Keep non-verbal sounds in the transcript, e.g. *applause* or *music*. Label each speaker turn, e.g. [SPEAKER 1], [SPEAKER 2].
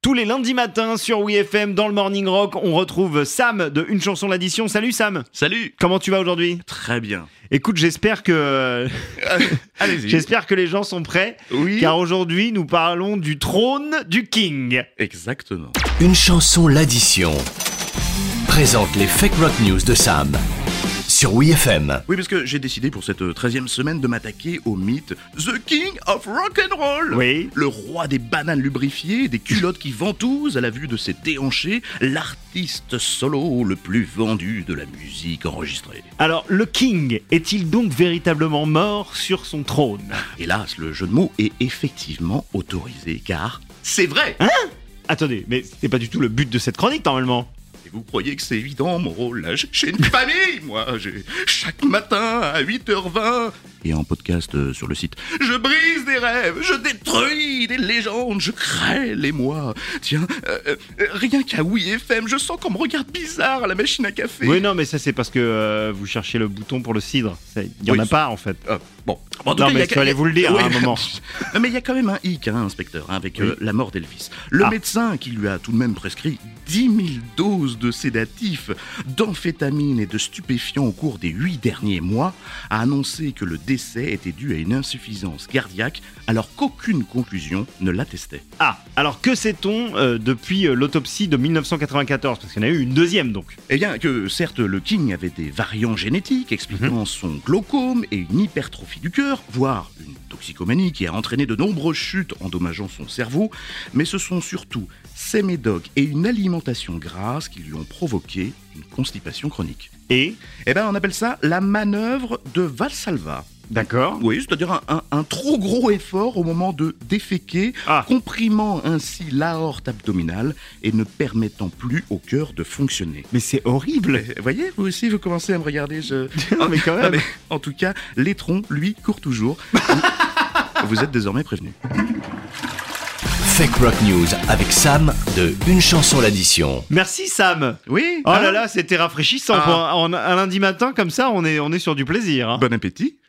[SPEAKER 1] Tous les lundis matins sur WeFM dans le Morning Rock, on retrouve Sam de Une chanson l'addition. Salut Sam,
[SPEAKER 2] Salut
[SPEAKER 1] comment tu vas aujourd'hui
[SPEAKER 2] Très bien.
[SPEAKER 1] Écoute, j'espère que
[SPEAKER 2] Allez-y.
[SPEAKER 1] j'espère que les gens sont prêts
[SPEAKER 2] Oui.
[SPEAKER 1] car aujourd'hui nous parlons du trône du king.
[SPEAKER 2] Exactement.
[SPEAKER 3] Une chanson l'addition. Présente les fake rock news de Sam sur WeFM.
[SPEAKER 2] Oui, parce que j'ai décidé pour cette 13e semaine de m'attaquer au mythe The King of Rock'n'Roll.
[SPEAKER 1] Oui.
[SPEAKER 2] Le roi des bananes lubrifiées, des culottes qui ventousent à la vue de ses déhanchés, l'artiste solo le plus vendu de la musique enregistrée.
[SPEAKER 1] Alors, le king est-il donc véritablement mort sur son trône
[SPEAKER 2] Hélas, le jeu de mots est effectivement autorisé car c'est vrai.
[SPEAKER 1] Attendez, mais c'est pas du tout le but de cette chronique normalement.
[SPEAKER 2] Et vous croyez que c'est évident, mon rôle là J'ai- J'ai une famille, moi J'ai- Chaque matin à 8h20 et en podcast euh, sur le site, je brise des rêves, je détruis des légendes, je crée les mois. Tiens, euh, euh, rien qu'à oui FM, je sens qu'on me regarde bizarre à la machine à café.
[SPEAKER 1] Oui, non, mais ça c'est parce que euh, vous cherchez le bouton pour le cidre. Ça, Il y en
[SPEAKER 2] Oui,
[SPEAKER 1] a
[SPEAKER 2] c'est-
[SPEAKER 1] pas en fait.
[SPEAKER 2] Euh, bon, en tout
[SPEAKER 1] Non,
[SPEAKER 2] cas, il y
[SPEAKER 1] mais
[SPEAKER 2] a-
[SPEAKER 1] il fallait vous le dire
[SPEAKER 2] Oui.
[SPEAKER 1] à un
[SPEAKER 2] *laughs*
[SPEAKER 1] moment.
[SPEAKER 2] Non, Mais il y a quand même un hic, hein, inspecteur, hein, avec euh, la mort d'Elvis. Le
[SPEAKER 1] Ah.
[SPEAKER 2] médecin qui lui a tout de même prescrit 10 000 doses de sédatifs, d'amphétamines et de stupéfiants au cours des 8 derniers mois a annoncé que le décès était dû à une insuffisance cardiaque alors qu'aucune conclusion ne l'attestait.
[SPEAKER 1] Ah, alors que sait-on euh, depuis euh, l'autopsie de 1994 Parce qu'il y en a eu une deuxième donc.
[SPEAKER 2] Eh bien, que certes, le King avait des variants génétiques expliquant son glaucome et une hypertrophie du cœur, voire une toxicomanie qui a entraîné de nombreuses chutes endommageant son cerveau, mais ce sont surtout ses médocs et une alimentation grasse qui lui ont provoqué une constipation chronique.
[SPEAKER 1] Et
[SPEAKER 2] Eh bien, on appelle ça la manœuvre de Valsalva.
[SPEAKER 1] D'accord.
[SPEAKER 2] Oui, c'est-à-dire un, un- un trop gros effort au moment de déféquer,
[SPEAKER 1] Ah.
[SPEAKER 2] comprimant ainsi l'aorte abdominale et ne permettant plus au cœur de fonctionner.
[SPEAKER 1] Mais c'est horrible
[SPEAKER 2] Vous Eh, voyez, vous aussi, vous commencez à me regarder. Je...
[SPEAKER 1] *laughs* Non, *laughs* mais quand
[SPEAKER 2] Ah,
[SPEAKER 1] même
[SPEAKER 2] mais en tout cas, l'étron, lui,
[SPEAKER 1] *laughs*
[SPEAKER 2] court toujours. vous êtes désormais prévenu.
[SPEAKER 3] Fake rock news avec Sam de Une chanson l'addition.
[SPEAKER 1] Merci Sam
[SPEAKER 2] Oui
[SPEAKER 1] Oh
[SPEAKER 2] hein
[SPEAKER 1] là là, c'était rafraîchissant.
[SPEAKER 2] Ah.
[SPEAKER 1] Pour un, en- un lundi matin, comme ça, on est, on est sur du plaisir. hein.
[SPEAKER 2] Bon appétit